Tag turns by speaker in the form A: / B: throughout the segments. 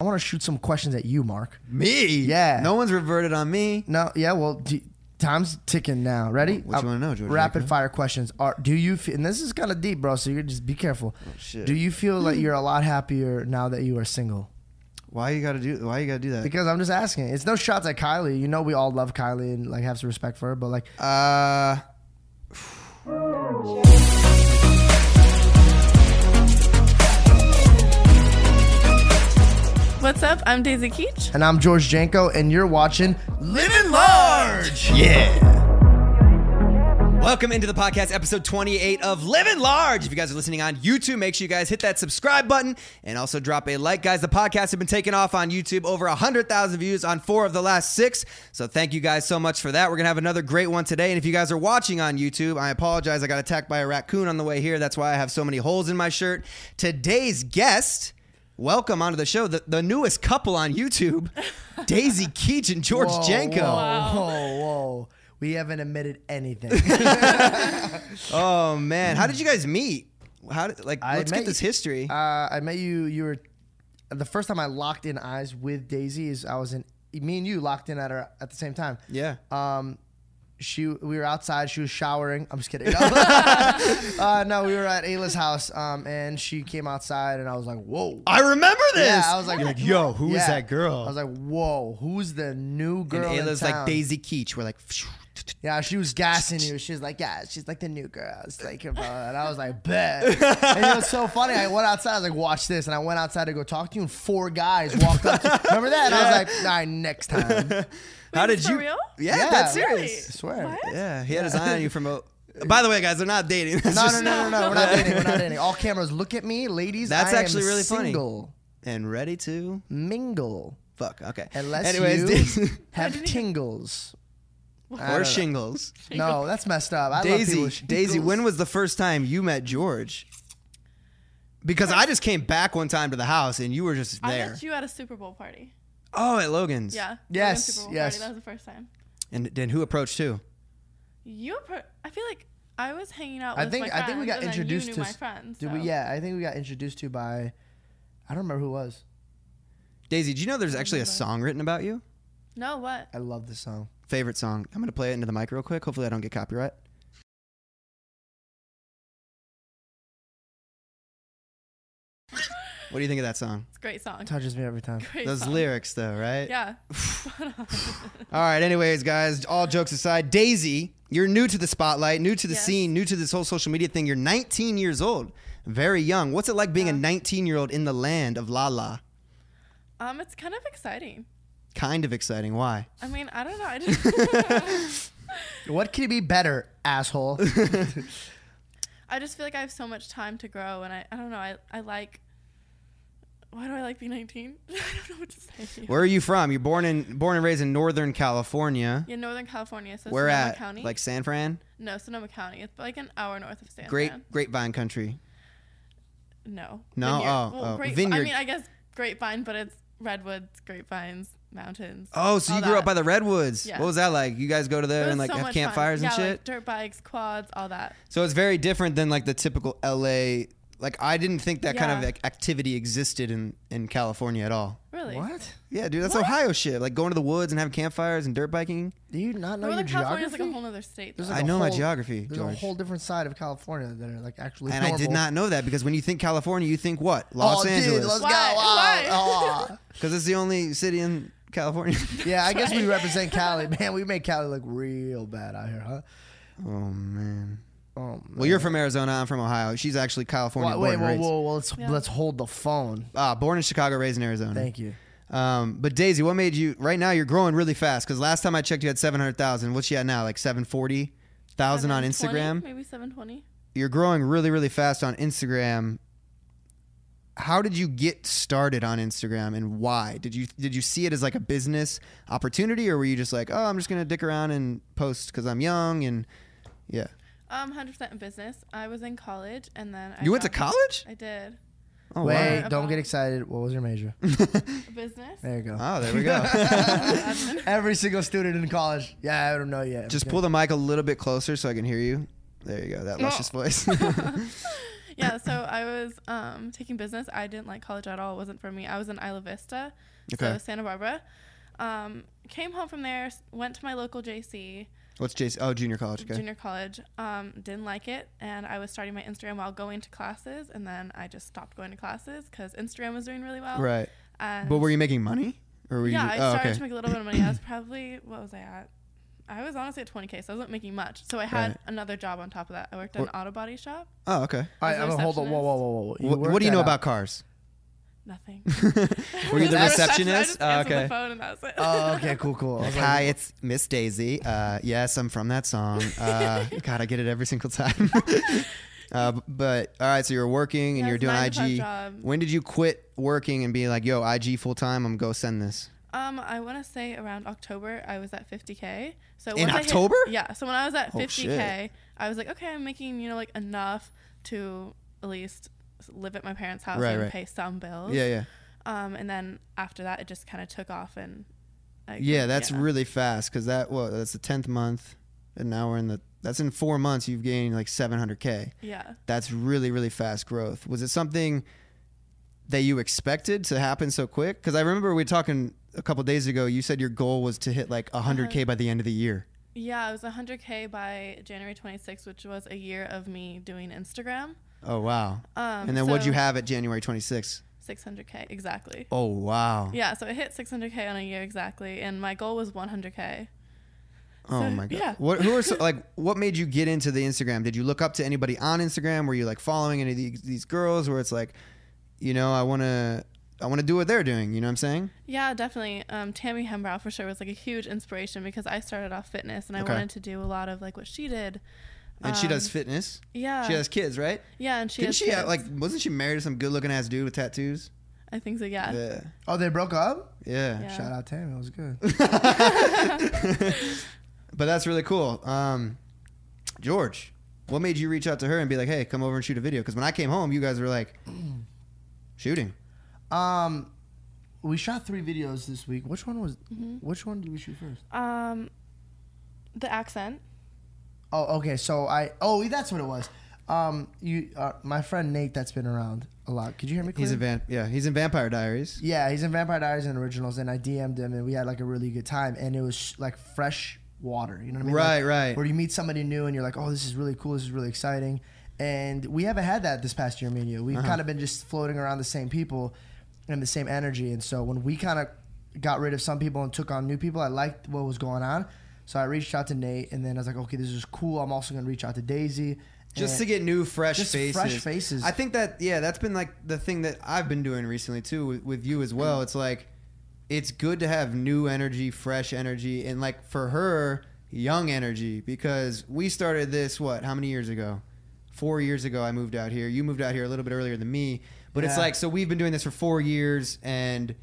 A: I want to shoot some questions at you, Mark.
B: Me?
A: Yeah.
B: No one's reverted on me.
A: No, yeah, well, do, time's ticking now. Ready? Uh,
B: What you wanna know, George
A: Rapid
B: Michael?
A: fire questions. Are do you? Fe- and this is kind of deep, bro. So you just be careful.
B: Oh, shit. Hmm.
A: Do you feel like you're a lot happier now that you are single?
B: Why you gotta do? Why you gotta do that?
A: Because I'm just asking. It's no shots at Kylie. You know, we all love Kylie and like have some respect for her. But like,
B: Uh,
C: What's up? I'm Daisy Keach.
A: and I'm George Janko, and you're watching.
B: living large. Yeah. Welcome into the podcast, episode 28 of Living Large. If you guys are listening on YouTube, make sure you guys hit that subscribe button and also drop a like. Guys, the podcast have been taking off on YouTube over 100,000 views on four of the last six. So thank you guys so much for that. We're going to have another great one today. And if you guys are watching on YouTube, I apologize. I got attacked by a raccoon on the way here. That's why I have so many holes in my shirt. Today's guest. Welcome onto the show, the, the newest couple on YouTube, Daisy Keach and George
A: Whoa,
B: Jenko.
A: Whoa, whoa, whoa. We haven't admitted anything.
B: Oh man, how did you guys meet? How did like
A: I
B: let's
A: met
B: get this
A: you-
B: history?
A: Uh, I met you. You were the first time I locked in eyes with Daisy is I was in. Me and you locked in at her at the same time.
B: yeah.
A: Um, she we were outside. She was showering. I'm just kidding. uh, no, we were at Ayla's house. Um, and she came outside, and I was like, "Whoa."
B: I remember this.
A: Yeah, I was like,
B: yo, who is
A: Yeah. I was like, "Whoa, who's the new
B: and
A: girl?"
B: Ayla's
A: in town?
B: like Daisy Keach. We're like,
A: Yeah, she was gassing you. She was like, yeah, she's like the new girl. It's like, her, blah, blah, blah." and I was like, bet. and it was so funny. I went outside. I was like, watch this. And I went outside to go talk to you, and four guys walked up. To Remember that? And I was like, all right, next time. Yeah,
B: how did
C: for
B: you?
C: real?
B: Yeah, that's
A: really.
B: serious.
A: I swear.
C: What?
B: Yeah, he had his eye on you from a. By the way, guys, they're not dating. That's
A: No, no,
B: just-
A: no, no, no. We're not dating. We're not dating. All cameras, look at me, ladies.
B: That's
A: I am
B: actually really funny.
A: single.
B: And ready to
A: Mingle.
B: fuck. Okay.
A: Unless
B: Anyways,
A: you
B: Daisy-
A: have tingles. I don't
B: or
A: know.
B: shingles.
A: No, that's messed up. I love people
B: Daisy,
A: with
B: Daisy,
A: shingles.
B: when was the first time you met George? Because I just came back one time to the house and you were just
C: I
B: there.
C: met you at a Super Bowl party.
B: Oh, at Logan's.
C: Yeah. Logan
A: Yes,
C: Super Bowl
A: yes.
C: Party. That was the first time.
B: And then who approached who?
C: You. appro I feel like I was hanging out.
A: I
C: with
A: think-
C: My
A: I think we
C: friends,
A: got
C: and then
A: introduced
C: you
A: to
C: knew my
A: s-
C: friends.
A: Did
C: so.
A: we? Yeah, I think we got introduced to by. I don't remember who it was.
B: Daisy, do you know there's actually a song written about you?
C: No. What?
A: I love this song.
B: Favorite song. I'm gonna play it into the mic real quick. Hopefully, I don't get copyright. What do you think of that song?
C: It's a great song.
A: Touches me every time.
C: Great
B: Those
C: song.
B: lyrics, though, right?
C: Yeah.
B: All right. Anyways, guys, all jokes aside, Daisy, you're new to the spotlight, new to the
C: Yes.
B: scene, new to this whole social media thing. You're 19 years old, very young. What's it like being a 19 year old in the land of La La?
C: um, it's kind of exciting.
B: Kind of exciting. Why?
C: I mean, I don't know. I just.
A: What could it be better, asshole?
C: I just feel like I have so much time to grow, and I, I don't know. I, I like. Why do I like being 19? I don't know what to say.
B: Where are you from? You're born in, born and raised in Northern California.
C: Yeah, Northern California. So
B: Where
C: Sonoma
B: at?
C: County.
B: Like San Fran?
C: no, Sonoma County. It's like an hour north of San
B: Great
C: Fran.
B: grapevine country.
C: No.
B: No? Oh, oh,
C: grape-
B: vineyard.
C: I mean, I guess grapevine, but it's redwoods, grapevines, mountains.
B: Oh, so
C: all
B: you grew
C: that.
B: up by the redwoods.
C: Yeah.
B: What was that like? You guys go to
C: It
B: there
C: was
B: and like
C: so
B: have
C: much fun.
B: campfires and
C: Yeah,
B: shit.
C: Like dirt bikes, quads, all that.
B: so it's very different than like the typical LA. Like I didn't think that kind of
C: Yeah.
B: like, activity existed in in California at all.
C: Really?
A: what?
B: Yeah, dude, that's Ohio shit. Like going to the woods and having campfires and dirt biking.
A: Do you not know your
C: Northern California
A: geography?
C: is like a whole other state.
A: There's
C: though.
A: like
B: I
A: a
B: know my
A: whole-
B: geography,
A: There's
B: George.
A: a whole different side of California that are like actually.
B: and I did
A: normal.
B: not know that because when you think California, you think what?
A: Oh,
B: Los
A: dude, let's
B: Angeles.
A: go.
C: Why?
A: Wow. Aw.
B: Because it's the only city in California.
A: Yeah, I guess we represent Cali, man. We make Cali look real bad out here, huh?
B: oh man.
A: Oh,
B: Well, you're from Arizona. I'm from Ohio. She's actually California.
A: wait,
B: born and
A: whoa,
B: raised.
A: whoa, whoa. Let's
C: Yeah.
A: let's hold the phone.
B: Ah, born in Chicago, raised in Arizona.
A: Thank you.
B: Um, but Daisy, what made you? Right now, you're growing really fast. Because last time I checked, you had seven hundred thousand. What's she at now? Like seven forty thousand on
C: 720,
B: Instagram.
C: Maybe 720.
B: You're growing really, really fast on Instagram. How did you get started on Instagram, and why did you did you see it as like a business opportunity, or were you just like, oh, I'm just gonna dick around and post because I'm young and yeah?
C: Um, 100% in business. I was in college, and then I
B: you went to
C: dropped-
B: college?
C: I did.
B: Oh
A: wait,
C: wow.
A: don't get excited. What was your major?
C: business.
A: There you go.
B: wow. Oh, there we go.
C: Admin.
A: Every single student in college. Yeah, I don't know yet.
B: Just
A: Okay.
B: pull the mic a little bit closer so I can hear you. There you go, that luscious voice.
C: yeah, so I was um, taking business. I didn't like college at all. It wasn't for me. I was in Isla Vista,
B: Okay.
C: so Santa Barbara. Um, came home from there, s- went to my local JC,
B: What's Jason? Oh, junior college. Okay.
C: junior college. Um, didn't like it, and I was starting my Instagram while going to classes, and then I just stopped going to classes because Instagram was doing really well.
B: Right.
C: And
B: But were you making money? Or were
C: yeah,
B: you?
C: I
B: oh,
C: started
B: okay.
C: to make a little bit of money. I was probably what was I at? I was honestly at 20k, so I wasn't making much. So I had
B: Right.
C: another job on top of that. I worked at an auto body shop.
B: oh, okay.
A: All right,
C: As a
A: I'm gonna hold up. Whoa, whoa, whoa, whoa, whoa.
B: Wh- what,
A: worked
B: do you
A: that
B: know
A: out.
B: about cars?
C: Nothing.
B: Were you the
A: That's-
C: I
B: receptionist?
C: just
B: Oh,
C: answered
B: okay.
C: the phone and that was it.
A: Oh, okay, cool, cool. I was like,
B: Hi, it's Miss Daisy. Uh, yes, I'm from that song. Uh, God, I get it every single time. uh, b- but all right, so you're working and
C: Yeah,
B: you're
C: it's a nine to five
B: doing
C: job.
B: IG. When did you quit working and be like, "Yo, IG full time. I'm go send this."
C: Um, I want to say around October, I was at 50k. So
B: In
C: once I hit-
B: October?
C: yeah. So when I was at
B: Oh,
C: 50k, I was like, okay, I'm making you know like enough to at least live at my parents' house
B: Right,
C: and
B: right.
C: pay some bills.
B: Yeah, yeah,
C: Um, and then after that, it just kind of took off and. I
B: yeah. That's
C: really.
B: really fast because that well, that's the tenth month, and now we're in the. That's in four months. You've gained like 700k.
C: Yeah.
B: That's really really fast growth. Was it something that you expected to happen so quick? Because I remember we were talking a couple days ago. You said your goal was to hit like
C: Uh-huh.
B: 100k by the end of the year.
C: Yeah, it was 100K by January 26th, which was a year of me doing Instagram.
B: Oh wow!
C: Um,
B: and then what'd you
C: so-
B: have at January 26th?
C: 600K, exactly.
B: Oh wow!
C: Yeah, so I hit 600K on a year exactly, and my goal was 100K.
B: Oh
C: so-
B: my god!
C: yeah.
B: What who are so, like what made you get into the Instagram? Did you look up to anybody on Instagram? Were you like following any of these, these girls where it's like, you know, I want to I want to do what they're doing. You know what I'm saying?
C: Yeah, definitely. Um, Tammy Hembrow for sure was like a huge inspiration because I started off fitness and I
B: Okay.
C: wanted to do a lot of like what she did.
B: And she
C: Um,
B: does fitness.
C: Yeah.
B: she has kids, right?
C: yeah, and she
B: Didn't
C: has
B: she
C: kids.
B: have, like wasn't she married to some good looking ass dude with tattoos?
C: I think so, yeah.
B: Yeah,
A: Oh, they broke up.
B: yeah.
C: Yeah.
A: Shout out Tammy. It was good.
B: But that's really cool. Um, George, what made you reach out to her and be like, hey, come over and shoot a video? Because when I came home, you guys were like shooting.
A: Um, we shot three videos this week. Which one was? Which one did we shoot first?
C: Um, the accent.
A: Oh, okay. So I. Oh, that's what it was. Um, you, uh, my friend Nate, that's been around a lot. Could you hear me?
B: He's
A: clear?
B: in vamp. Yeah, he's in Vampire Diaries.
A: Yeah, he's in Vampire Diaries and Originals, and I DM'd him, and we had like a really good time, and it was sh- like fresh water. You know what I mean?
B: Right,
A: Like,
B: right.
A: Where you meet somebody new, and you're like, oh, this is really cool. This is really exciting. And we haven't had that this past year, me and you. We've
B: Uh-huh.
A: kind of been just floating around the same people and the same energy. And so when we kind of got rid of some people and took on new people, I liked what was going on. So I reached out to Nate, and then I was like, okay, this is cool. I'm also going to reach out to Daisy.
B: Just
A: And-
B: to get new, fresh
A: Just
B: faces.
A: fresh faces.
B: I think that yeah, that's been like the thing that I've been doing recently too with, with you as well. It's like it's good to have new energy, fresh energy, and like for her, young energy because we started this what? How many years ago? Four years ago, I moved out here. You moved out here a little bit earlier than me, but it's
A: Yeah.
B: like so we've been doing this for four years and.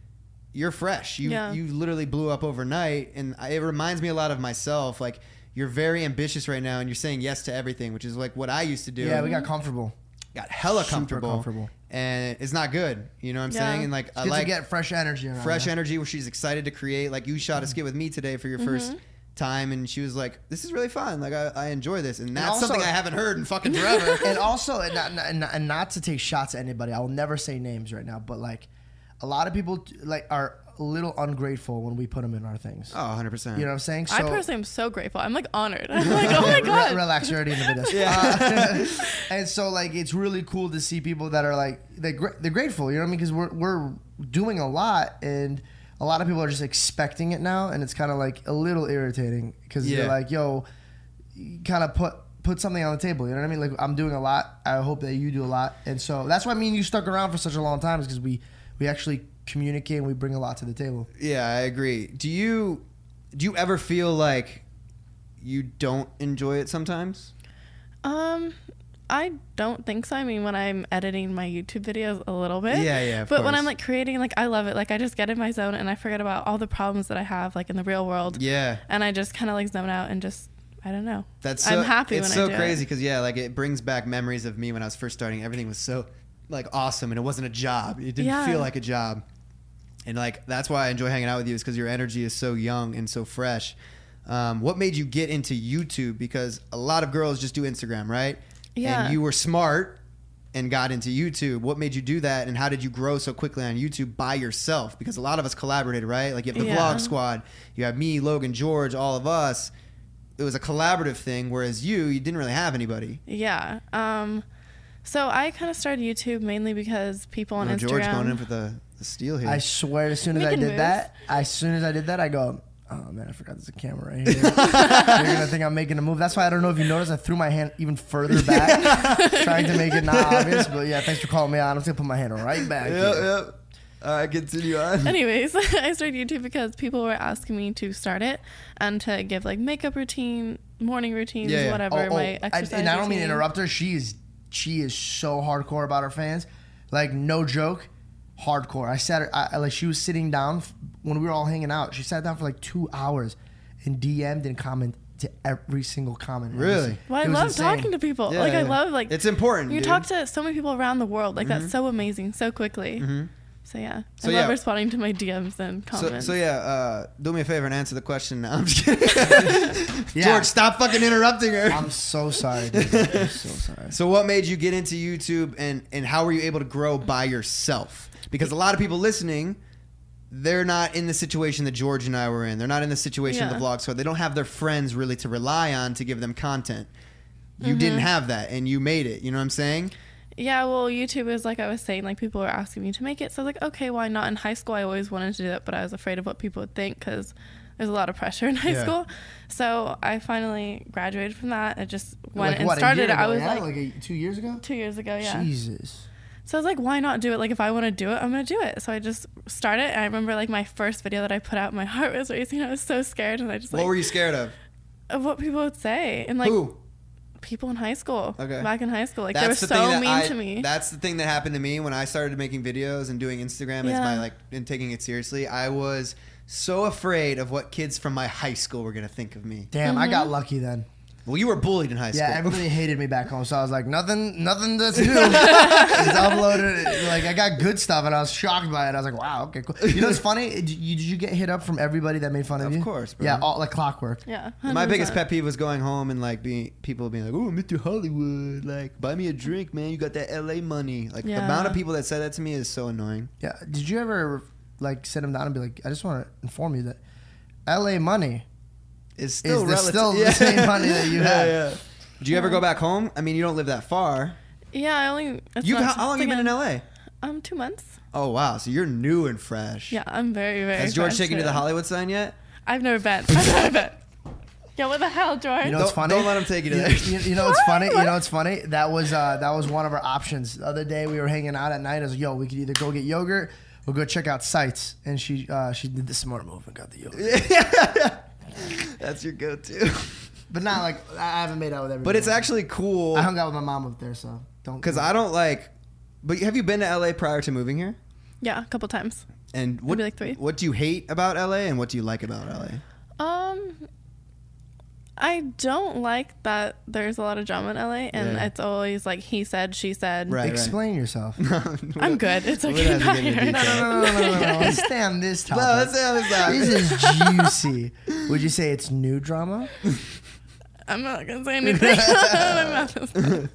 B: You're fresh. You
C: Yeah.
B: you literally blew up overnight, and I- it reminds me a lot of myself. Like you're very ambitious right now, and you're saying yes to everything, which is like what I used to do
A: yeah, we got comfortable.
B: got hella
A: Super
B: comfortable,
A: comfortable.
B: and it's not good. You know what I'm
C: Yeah.
B: saying? And like I
A: Good
B: like
A: to get fresh energy. Around Mm-hmm.
B: fresh
A: that.
B: energy where she's excited to create. Like you shot a skit with me today for your
C: Mm-hmm.
B: first time, and she was like, "This is really fun. Like I, I enjoy this." And that's
A: also-
B: something I haven't heard in fucking forever.
A: and also, and not, and, not, and not to take shots at anybody, I will never say names right now, but like, a lot of people like are a little ungrateful when we put them in our things.
B: oh, 100 percent.
A: You know what I'm saying?
C: I personally am so grateful. I'm like honored. I'm like, oh my
A: Re-
C: God.
A: relax, you're already in the video. Uh, and so, like, it's really cool to see people that are like they're, gr- they're grateful. You know what I mean? Because we're we're doing a lot, and a lot of people are just expecting it now, and it's kind of like a little irritating because
B: Yeah.
A: you're like, yo, kind of put put something on the table. You know what I mean? Like, I'm doing a lot. I hope that you do a lot, and so that's why me and you stuck around for such a long time is because we we actually communicate and we bring a lot to the table.
B: Yeah, I agree. Do you do you ever feel like you don't enjoy it sometimes?
C: Um, I don't think so. I mean, when I'm editing my YouTube videos, a little bit.
B: Yeah, yeah, of
C: But when
B: course.
C: I'm like creating, like I love it. Like I just get in my zone and I forget about all the problems that I have, like in the real world.
B: Yeah.
C: And I just kind of like zone out and just, I don't know.
B: That's so,
C: I'm happy
B: It's
C: when
B: so
C: I do
B: crazy
C: It.
B: because yeah, like it brings back memories of me when I was first starting. Everything was so like awesome, and it wasn't a job. It didn't
C: Yeah.
B: feel like a job, and like that's why I enjoy hanging out with you is because your energy is so young and so fresh. Um, what made you get into YouTube? Because a lot of girls just do Instagram, right?
C: Yeah.
B: And you were smart and got into YouTube? What made you do that, and how did you grow so quickly on YouTube by yourself? Because a lot of us collaborated, right? Like you have the
C: Yeah.
B: Vlog Squad, you have me, Logan, George, all of us. It was a collaborative thing, whereas you, you didn't really have anybody.
C: Yeah. Um, so I kind of started YouTube mainly because people on
B: You know,
C: Instagram.
B: George going in for the, the steal here.
A: I swear, as soon as
C: We
A: I did
C: can move.
A: that, as soon as I did that, I go, oh man, I forgot there's a camera right here. You're gonna think I'm making a move. That's why I don't know if you noticed, I threw my hand even further back, trying to make it not obvious. But yeah, thanks for calling me out. I'm just gonna put my hand right back. here.
B: yep. All right, continue on.
C: Anyways, I started YouTube because people were asking me to start it and to give like makeup routine, morning routines,
B: Yeah, yeah.
C: whatever.
A: Oh, oh,
C: my
A: I-
C: exercise
A: and I don't mean to
C: routine.
A: interrupt her. She is she is so hardcore about her fans, like no joke, hardcore. I sat her, I, I- like she was sitting down f- when we were all hanging out. She sat down for like two hours and DM'd and commented to every single comment. It was-
B: Really?
C: Well, I
A: it was
C: love
A: insane.
C: talking to people.
B: Yeah,
C: like I
B: yeah.
C: love like
B: It's important.
C: You
B: dude. Mm-hmm.
C: talk to so many people around the world. Like that's so amazing, so quickly. So yeah,
B: So,
C: I
B: yeah.
C: love responding to my DMs and
B: So,
C: comments.
B: so yeah, uh, do me a favor and answer the question. No, I'm just kidding.
A: Yeah.
B: George, stop fucking interrupting her.
A: I'm so sorry. Dude. I'm so sorry.
B: so, what made you get into YouTube, and and how were you able to grow by yourself? Because a lot of people listening, they're not in the situation that George and I were in. They're not in the situation of
C: Yeah.
B: the vlog squad. They don't have their friends really to rely on to give them content. You
C: Mm-hmm.
B: didn't have that, and you made it. You know what I'm saying?
C: Yeah, well, YouTube is like I was saying, like people were asking me to make it. So I was like, okay, why not? In high school, I always wanted to do that, but I was afraid of what people would think because there's a lot of pressure in high
B: Yeah.
C: school. So I finally graduated from that. I just went
A: Like,
C: and
A: what, a
C: started
A: year
C: it. I
A: ago,
C: was
A: yeah?
C: like
A: a, two years ago.
C: two years ago, yeah.
A: Jesus.
C: So I was like, why not do it? Like, if I want to do it, I'm going to do it. So I just started. And I remember like my first video that I put out, my heart was racing. I was so scared. And I just like,
B: what were you scared of?
C: of what people would say. And like,
B: Who?
C: people in high school,
B: Okay.
C: back in high school, like they were so mean
B: I,
C: to me.
B: That's the thing that happened to me when I started making videos and doing Instagram as
C: Yeah.
B: my like and taking it seriously. I was so afraid of what kids from my high school were gonna think of me.
A: Damn, I
C: Mm-hmm.
A: got lucky then.
B: Well, you were bullied in high
A: Yeah,
B: school.
A: everybody hated me back home, so I was like, nothing, nothing that's new. Just uploaded it. Like I got good stuff, and I was shocked by it. I was like, wow, okay, cool. You know what's funny? Did you, did you get hit up from everybody that made fun of,
B: Of
A: you?
B: course, bro.
A: Yeah, all like clockwork.
C: yeah.
B: my biggest
C: 100%.
B: pet peeve was going home and like being people being like, "Oh, Mr. Hollywood, like buy me a drink, man. You got that LA money." Like the
C: Yeah.
B: amount of people that said that to me is so annoying.
A: Yeah. Did you ever like sit them down and be like, I just want to inform you that L.A. money
B: It's
A: is
B: still
A: the,
B: relative.
A: still the same money that you
B: yeah,
A: had.
B: Yeah. Do you ever go back home? I mean, you don't live that far.
C: Yeah, I only. it's
B: You
C: not-
B: how, how long
C: it's
B: you been
C: like
B: in LA?
C: a- Um, two months.
B: Oh wow, so you're new and fresh.
C: Yeah, I'm very, very.
B: Has George
C: fresh
B: taken you to
C: to
B: the
C: it.
B: Hollywood sign yet?
C: I've never been. I've never been. Yeah, what the hell, George?
A: You know what's
B: Don't-
A: funny?
B: don't let him take it
A: You,
B: in.
A: you, you know what's funny? You
C: What?
A: know what's funny? That was uh, that was one of our options. The other day we were hanging out at night. I was like, "Yo, we could either go get yogurt or go check out sites." And she uh, she did the smart move and got the yogurt.
B: That's your go-to.
A: But not like I I haven't made out with everybody.
B: But it's actually cool
A: I hung out with my mom up there, so don't.
B: because I don't like. But have you been to LA prior to moving here?
C: Yeah, a couple times.
B: And what
C: Maybe like three.
B: what do you hate about LA and what do you like about LA?
C: Um, I don't like that there's a lot of drama in LA, and
B: Yeah.
C: it's always like he said, she said.
B: Right,
A: explain yourself. no,
B: right.
C: I'm good. It's
B: We
C: okay.
B: don't have to get into
C: Bye.
B: detail.
A: no, no, no, no, no, no. Let's stay on this topic.
B: No, that's the other
A: this is
B: side.
A: juicy. Would you say it's new drama?
C: I'm not gonna say anything. My mouth is closed.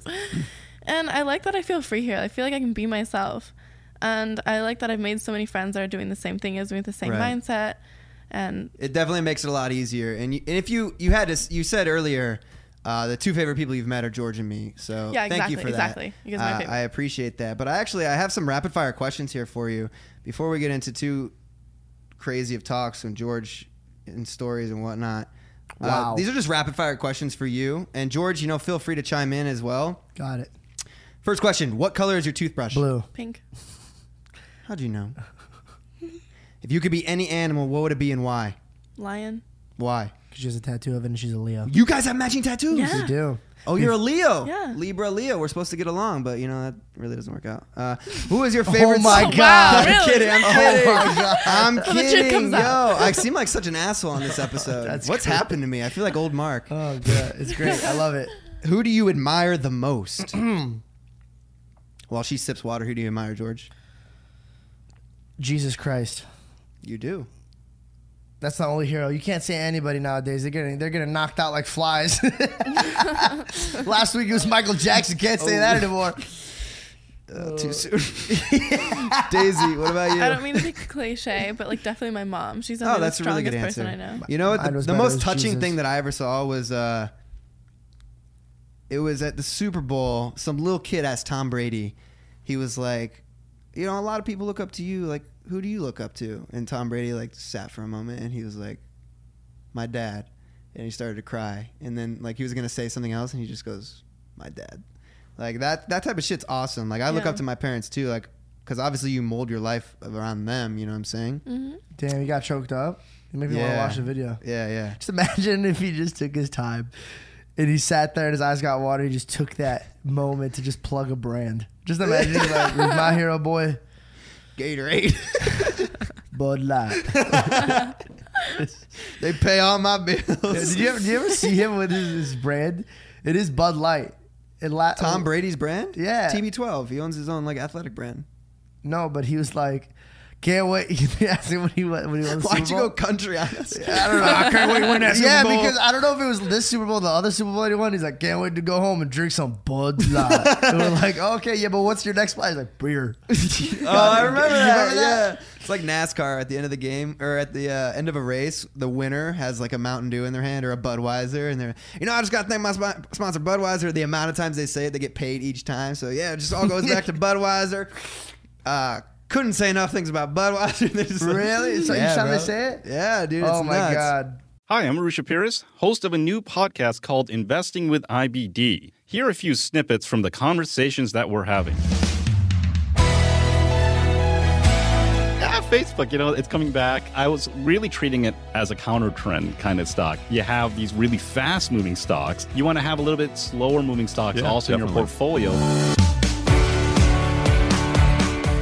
C: and I like that I feel free here. I feel like I can be myself, and I like that I've made so many friends that are doing the same thing as me with the same
B: Right.
C: mindset. And
B: It definitely makes it a lot easier. And you, and if you you had to, s- you said earlier. Uh, the two favorite people you've met are George and me. So
C: Yeah,
B: thank you
C: exactly,
B: for that.
C: exactly. You guys are my
B: Uh,
C: favorite.
B: I appreciate that. But I actually I have some rapid fire questions here for you before we get into two crazy of talks and George and stories and whatnot. Uh,
A: Wow.
B: these are just rapid fire questions for you. And George, you know, feel free to chime in as well.
A: Got it.
B: First question What color is your toothbrush?
A: Blue.
C: pink,
B: How'd you know? if you could be any animal, what would it be and why?
C: lion.
B: Why?
A: 'Cause She has a tattoo of it, and she's a Leo.
B: You guys have matching tattoos.
C: Yeah.
A: You do.
B: Oh, you're a Leo.
C: Yeah.
B: Libra Leo. We're supposed to get along, but you know that really doesn't work out. Uh, who is your favorite?
A: Oh my
B: song-
A: God. Oh
B: I'm
C: Really?
B: kidding. I'm kidding. I'm
C: So the chick
B: kidding.
C: comes
B: Yo,
C: out.
B: I seem like such an asshole on this episode.
A: That's
B: What's
A: great.
B: happened to me? I feel like old Mark.
A: Oh, God. It's great. I love it.
B: Who do you admire the most? While she sips water, who do you admire, George?
A: Jesus Christ.
B: You do.
A: That's the only hero. You can't say anybody nowadays. They're getting they're getting knocked out like Oh. flies. Last week it was Michael Jackson. Can't say that anymore.
B: uh, too soon. Daisy, what about you?
C: I don't mean to be cliche, but like definitely my mom. She's
B: oh,
C: definitely
B: that's
C: the
B: a really
C: strongest
B: good answer.
C: person I know.
B: You know what?
A: Mine
B: The,
A: was
B: the
A: better, it
B: most
A: was
B: touching
A: Jesus.
B: thing that I ever saw was uh, it was at the Super Bowl. Some little kid asked Tom Brady. He was like, you know, a lot of people look up to you. Like, who do you look up to? And Tom Brady like sat for a moment and he was like, my dad. And he started to cry. And then like he was gonna say something else and he just goes, my dad. Like that that type of shit's awesome. Like I look
C: Yeah.
B: up to my parents too. Like. Because obviously you mold your life around them, you know what I'm saying?
C: Mm-hmm.
A: Damn, he got choked up. It made me want to
B: Yeah.
A: watch the video.
B: Yeah, yeah.
A: Just imagine if he just took his time and he sat there and his eyes got water. He just took that moment to just plug a brand. Just imagine he's like with my hero boy,
B: Gatorade.
A: Bud Light.
B: they pay all my bills.
A: Did you ever, did you ever see him with his, his brand? It is Bud Light. It la-
B: Tom Brady's brand?
A: Yeah.
B: TB12. He owns his own like athletic brand.
A: No, but he was like, can't wait. He asked him when he went. When he went to the
B: Why'd you
A: Super
B: go
A: Bowl.
B: country on us?
A: I don't know. I can't wait to win that
B: Super
A: yeah,
B: Bowl.
A: because I don't know if it was this Super Bowl, the other Super Bowl that he won. He's like, can't wait to go home and drink some Bud Light. and we're like, okay, yeah, but what's your next play? He's like, beer.
B: Oh, I remember
A: You
B: that.
A: remember that?
B: Yeah. It's like NASCAR at the end of the game or at the uh, end of a race, the winner has like a Mountain Dew in their hand or a Budweiser and they're, you know, I just got to thank my spo- sponsor Budweiser. The amount of times they say it, they get paid each time. So yeah, it just all goes back to Budweiser. Uh, couldn't say enough things about Budweiser. They're just like-
A: Really? It's like each time they
B: bro.
A: say it?
B: Yeah, dude.
A: oh
B: it's
A: my
B: nuts.
A: god.
D: Hi, I'm Arusha Pires, host of a new podcast called Investing with IBD. Here are a few snippets from the conversations that we're having. Yeah, Facebook, you know, it's coming back. I was really treating it as a counter trend kind of stock. You have these really fast moving stocks. You want to have a little bit slower moving stocks
E: Yeah,
D: also in
E: definitely.
D: your portfolio.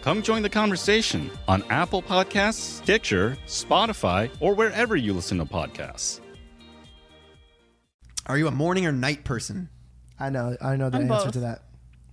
D: Come join the conversation on Apple Podcasts, Stitcher, Spotify, or wherever you listen to podcasts.
B: Are you a morning or night person?
A: I know. I know the
C: I'm
A: answer
C: both.
A: to that.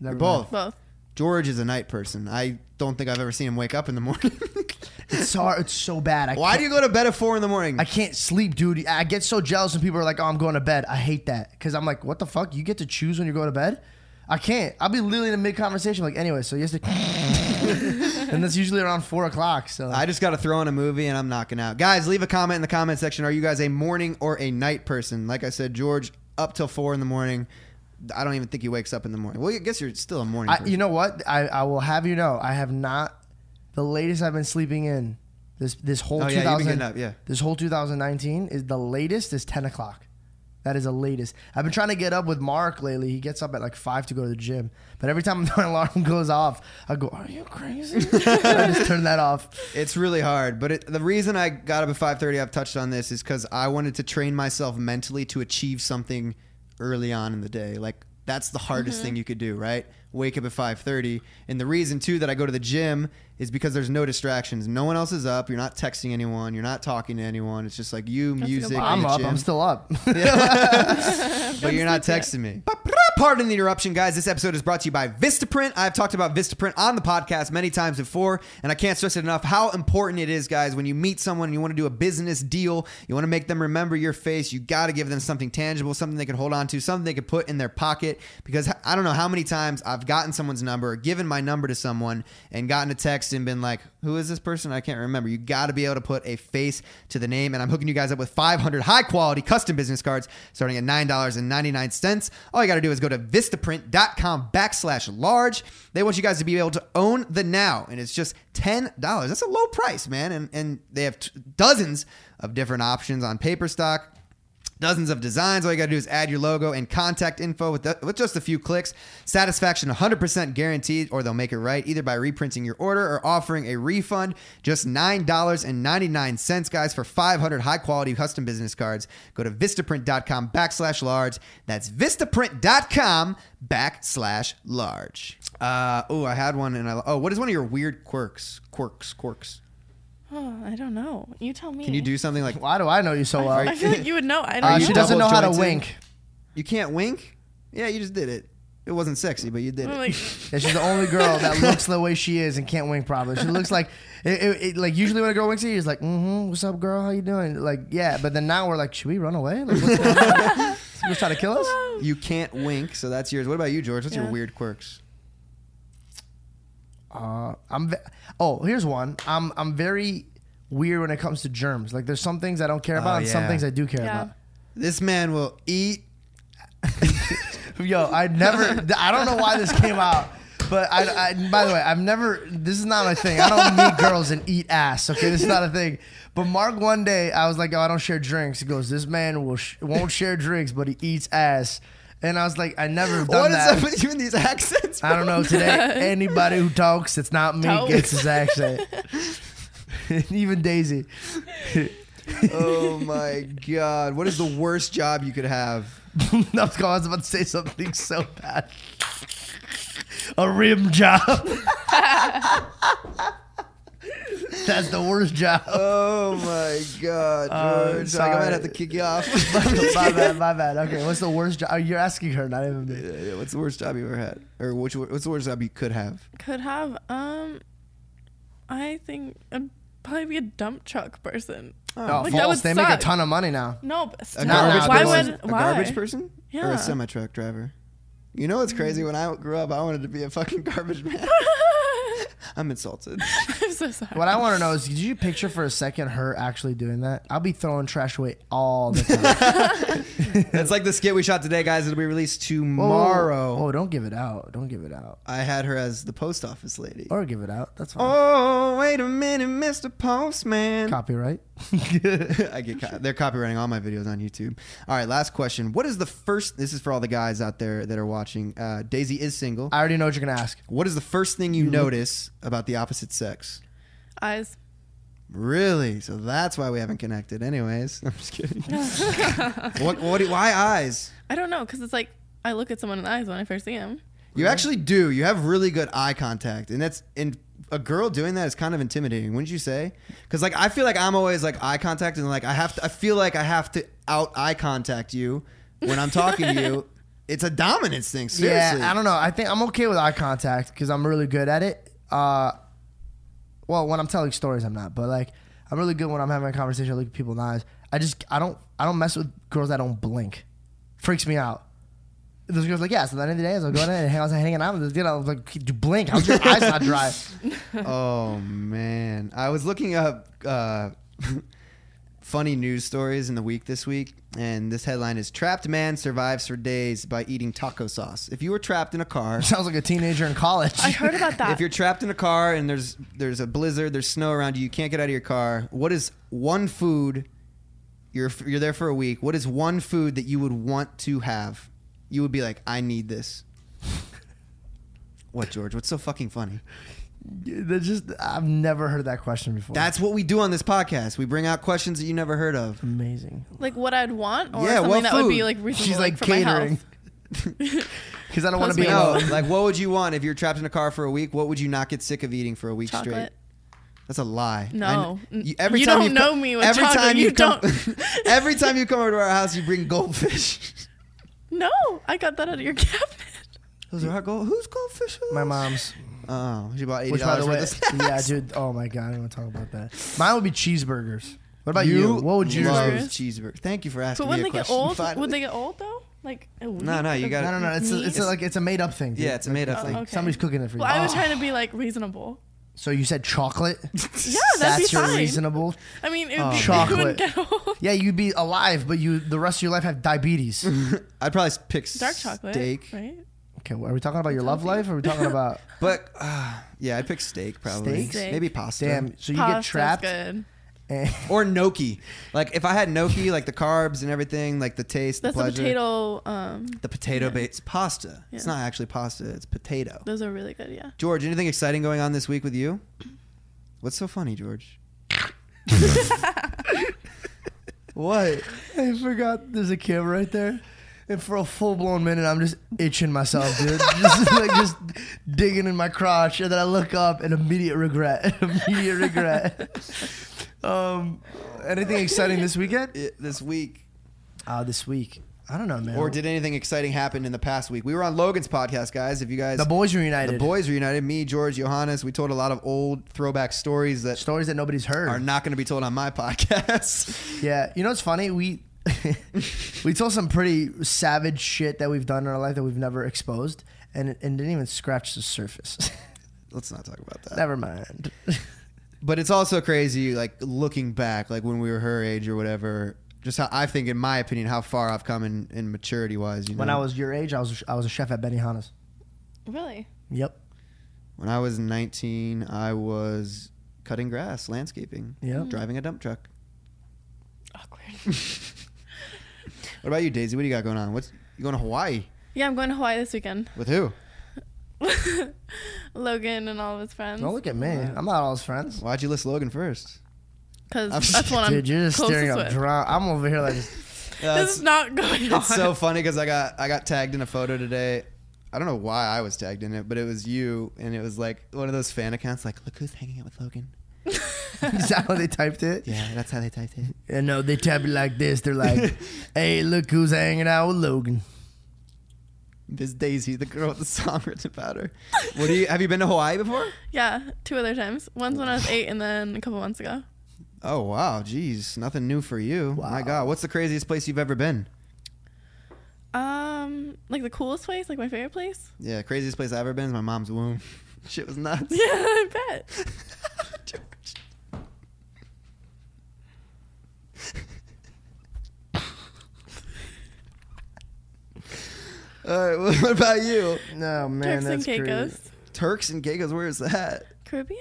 A: Never mind.
B: Both.
C: Both.
B: George is a night person. I don't think I've ever seen him wake up in the morning.
A: It's hard. It's so bad. I
B: Why do you go to bed at four in the morning?
A: I can't sleep, dude. I get so jealous when people are like, "Oh, I'm going to bed." I hate that because I'm like, "What the fuck? You get to choose when you go to bed?" I can't. I'll be literally in a mid conversation, like, anyway. So yesterday, and that's usually around four o'clock. So
B: I just got to throw in a movie and I'm knocking out. Guys, leave a comment in the comment section. Are you guys a morning or a night person? Like I said, George, up till four in the morning. I don't even think he wakes up in the morning. Well, I guess you're still a morning
A: I,
B: person.
A: you know what? I, I will have you know, I have not. The latest I've been sleeping in this this whole
B: Oh, yeah,
A: 2000,
B: you've been getting up, yeah.
A: this whole 2019 is the latest is 10 o'clock. That is the latest. I've been trying to get up with Mark lately. He gets up at like five to go to the gym, but every time my alarm goes off, I go, "Are you crazy?" I just turn that off.
B: It's really hard, but it, the reason I got up at 5:30, I've touched on this, is because I wanted to train myself mentally to achieve something early on in the day. Like that's the hardest thing you could do, right? Wake up at 5:30, and the reason too that I go to the gym is because there's no distractions. No one else is up. You're not texting anyone. You're not talking to anyone. It's just like you, music.
C: point.
B: and
A: I'm
B: the
A: up.
B: gym.
A: I'm still up.
B: But you're not texting me. Pardon the interruption, guys. This episode is brought to you by Vistaprint. I've talked about Vistaprint on the podcast many times before, and I can't stress it enough how important it is, guys. When you meet someone and you want to do a business deal, you want to make them remember your face, you got to give them something tangible, something they can hold on to, something they can put in their pocket. Because I don't know how many times I've gotten someone's number or given my number to someone and gotten a text and been like, who is this person? I can't remember. You got to be able to put a face to the name. And I'm hooking you guys up with 500 high quality custom business cards starting at $9.99. All you got to do is go to vistaprint.com backslash large. They want you guys to be able to own the now. And it's just $10. That's a low price, man. And, and they have t- dozens of different options on paper stock Dozens of designs. All you got to do is add your logo and contact info with, the, with just a few clicks. Satisfaction 100% guaranteed, or they'll make it right either by reprinting your order or offering a refund. Just $9.99, guys, for 500 high quality custom business cards. Go to vistaprint.com backslash large. That's vistaprint.com backslash large. Uh, oh, I had one, and I oh, what is one of your weird quirks? Quirks, quirks.
C: Oh, I don't know. You tell me.
B: Can you do something like
A: Why do I know you so well?
C: I feel like you would know. I
A: Uh,
C: don't.
A: she
C: know.
A: doesn't know how to
B: double-jointed?
A: wink.
B: you can't wink? Yeah, you just did it. It wasn't sexy, but you did
C: I'm
B: it.
C: like,
A: Yeah, she's the only girl that looks the way she is and can't wink properly. She looks like, it, it- it- like usually when a girl winks at you, it's like, mm-hmm, what's up, girl? How you doing? Like, yeah. But then now we're like, should we run away? Like, what's going on? Someone's trying to kill us?
B: You can't wink, so that's yours. What about you, George? What's your
C: Yeah.
B: weird quirks?
A: Uh, I'm. Ve- oh, here's one. I'm. I'm very weird when it comes to germs. Like, there's some things I don't care about,
B: Oh,
A: and some
B: yeah.
A: things I do care
C: yeah.
B: This man will eat.
A: about. Yo, I never. th- I don't know why this came out. But I, I, by the way, I've never. This is not my thing. I don't meet girls and eat ass. Okay, this is not a thing. But Mark, one day, I was like, "Oh, I don't share drinks." He goes, "This man will sh- won't share drinks, but he eats ass." And I was like, "I never have done
B: What is
A: that."
B: up with you in these accents?
A: I don't know today. Anybody who talks, it's not me,
C: Talks.
A: gets his accent. Even Daisy.
B: Oh my god! What is the worst job you could have?
A: I was I was about to say something so bad. A rim job. That's the worst job.
B: Oh my god,
A: Uh,
B: George! like, I might
A: sorry.
B: have to kick you off.
A: my bad, my bad. Okay, what's the worst job? You're asking her, not even me.
B: Yeah, what's the worst job you ever had, or which, what's the worst job you could have?
C: Could have. Um, I think I'd probably be a dump truck person.
A: Oh,
C: Like, that
A: false.
C: would
A: They make a
C: suck.
A: ton of money now.
C: No, but still,
A: garbage
C: why
A: person?
C: would
B: a
C: why?
B: garbage person or
C: Yeah. Hmm.
B: a semi truck driver? You know what's crazy? When I grew up, I wanted to be a fucking garbage man. I'm insulted.
C: I'm so sorry.
A: What I want to know is, did you picture for a second her actually doing that? I'll be throwing trash away all the time.
B: That's like the skit we shot today, guys. It'll be released tomorrow.
A: Morrow. Oh, don't give it out. Don't give it out.
B: I had her as the post office lady.
A: Or give it out. That's fine.
B: Oh, wait a minute, Mr.
A: Oh.
B: Postman.
A: Copyright.
B: I get co- they're copywriting all my videos on YouTube. All right, last question. What is the first? This is for all the guys out there that are watching. Uh, Daisy is single.
A: I already know what you're gonna ask.
B: What is the first thing
C: Mm-hmm.
B: you notice about the opposite sex?
C: Eyes.
B: Really? So that's why we haven't connected. Anyways, I'm just kidding. what? What? do- Why eyes?
C: I don't know because it's like I look at someone in the eyes when I first see them.
B: You actually do. You have really good eye contact, and that's and a girl doing that is kind of intimidating, wouldn't you say? Because like I feel like I'm always like eye contact, and like I have to. I feel like I have to out eye contact you when I'm talking to you. It's a dominance thing. Seriously.
A: Yeah, I don't know. I think I'm okay with eye contact because I'm really good at it. Uh, well, when I'm telling stories, I'm not, but like I'm really good when I'm having a conversation. I look at people in the eyes. I just I don't I don't mess with girls that don't blink. Freaks me out. Those girls like yeah. So at the end of the day, I was going in and hang- I was hanging out with this dude. I was like, "You blink. How's your eyes not dry?
B: Oh man, I was looking up uh, funny news stories in the week this week, and this headline is "Trapped Man Survives for Days by Eating Taco Sauce." If you were trapped in a car,
A: Sounds like a teenager in college.
C: I heard about that.
B: if you're trapped in a car and there's there's a blizzard, there's snow around you, you can't get out of your car. What is one food? You're you're there for a week. What is one food that you would want to have? You would be like, I need this. What, George? What's so fucking funny?
A: They're just I've never heard that question before.
B: That's what we do on this podcast. We bring out questions that you never heard of.
A: amazing.
C: like what I'd want or
B: Yeah, what
C: something that would be
B: food?
C: like reasonable.
A: She's like
C: for My
A: catering
C: health.
A: because I don't want to
C: Post
A: be
C: me.
B: No,
A: alone.
B: like what would you want if you're trapped in a car for a week? What would you not get sick of eating for a week
C: Chocolate.
B: straight? That's a lie.
C: No.
B: I kn-
C: N- you
B: co-
C: don't know me with chocolate. You
B: come,
C: don't.
B: every time you come over to our house, you bring goldfish.
C: No, I got that out of your cabinet.
B: Those are our gold. Who's goldfish? are
A: My
B: those?
A: mom's.
B: Oh, she bought eighty
A: Which, by
B: dollars
A: the
B: worth
A: way,
B: of snacks.
A: yeah, dude. Oh my god, I don't want to talk about that. Mine would be cheeseburgers. What about you? What would you?
B: love
C: choose?
B: cheeseburger. Thank you for asking
C: But
B: me
C: when
B: a
C: they get
B: question.
C: old, would
B: finally.
C: they get old though? Like a week?
B: No, no, you
C: Or-
B: gotta-
A: No, no, no. It's a, it's a,
C: Meat?
A: like it's a made up thing. Dude.
B: yeah, it's a made up thing.
C: okay.
A: Somebody's cooking it for you.
C: Well, I was
A: Oh.
C: trying to be like reasonable.
A: So you said chocolate. yeah,
C: that'd
A: that's
C: be
A: your
C: fine.
A: reasonable.
C: I mean, it would be
A: Oh. Chocolate.
C: You wouldn't get old.
A: Yeah, you'd be alive, but you the rest of your life have diabetes.
B: I'd probably pick
C: Dark chocolate,
B: steak,
C: right?
A: okay, well, are we talking about your love life? Or are we talking about
B: but uh, yeah, I'd pick steak probably.
A: Steak?
B: Maybe pasta.
A: damn? So you
C: Pasta's
A: get trapped
C: Good.
B: or gnocchi. Like if I had gnocchi, like the carbs and everything, like the taste,
C: That's
B: the
C: a
B: pleasure.
C: potato. Um,
B: The potato based pasta. It's
C: Yeah.
B: not actually pasta. It's potato.
C: those are really good. Yeah.
B: George, anything exciting going on this week with you? What's so funny, George? what?
A: I forgot there's a camera right there. And for a full blown minute, I'm just itching myself, dude. just, like, just digging in my crotch. And then I look up and immediate regret. immediate regret. um, anything exciting this weekend?
B: It, this week,
A: Uh, this week. I don't know, man.
B: or did anything exciting happen in the past week? We were on Logan's podcast, guys. If you guys
A: the boys reunited.
B: the boys reunited, me, George, Johannes, we told a lot of old throwback stories that
A: Stories that nobody's heard.
B: are not going to be told on my podcast.
A: Yeah, you know what's funny? We we told some pretty savage shit that we've done in our life that we've never exposed, and and didn't even scratch the surface.
B: Let's not talk about that.
A: never mind.
B: But it's also crazy, like looking back, like when we were her age or whatever. Just how I think, in my opinion, how far I've come in, in maturity wise. You know,
A: When I was your age, I was I was a chef at Benihana's.
C: Really?
A: Yep,
B: when I was 19, I was cutting grass, landscaping,
A: Yep.
C: Mm.
B: driving a dump truck.
C: Awkward.
B: What about you, Daisy? What do you got going on? What's you going to Hawaii
C: yeah, I'm going to Hawaii this weekend.
B: with who?
C: Logan and all of his friends.
A: Don't look at me. I'm not all his friends.
B: Why'd you list Logan first?
C: Because
B: I'm-
C: that's what I'm
A: Dude, you're just
C: closest
A: staring up
C: with.
A: dry. I'm over here like,
B: Yeah,
C: This is not going on.
B: It's so funny because I got I got tagged in a photo today. I don't know why I was tagged in it, but it was you, and it was like one of those fan accounts, like look who's hanging out with Logan.
A: is that how they typed it?
B: Yeah, that's how they typed it.
A: And no, they type it like this. They're like, "Hey, look who's hanging out with Logan."
B: This Daisy, the girl with the song written about her. What do you have you been to Hawaii before?
C: yeah, two other times. Once when I was eight, and then a couple months ago.
B: Oh wow, geez, nothing new for you. My
A: Wow.
B: God, what's the craziest place you've ever been?
C: Um, like the coolest place, like my favorite place.
B: Yeah, craziest place I've ever been is my mom's womb. Shit was nuts.
C: Yeah, I bet.
B: George. All right, what about you?
A: No man,
C: Turks and
A: that's
C: Caicos,
A: crazy.
B: Turks and Caicos, where is that?
C: Caribbean,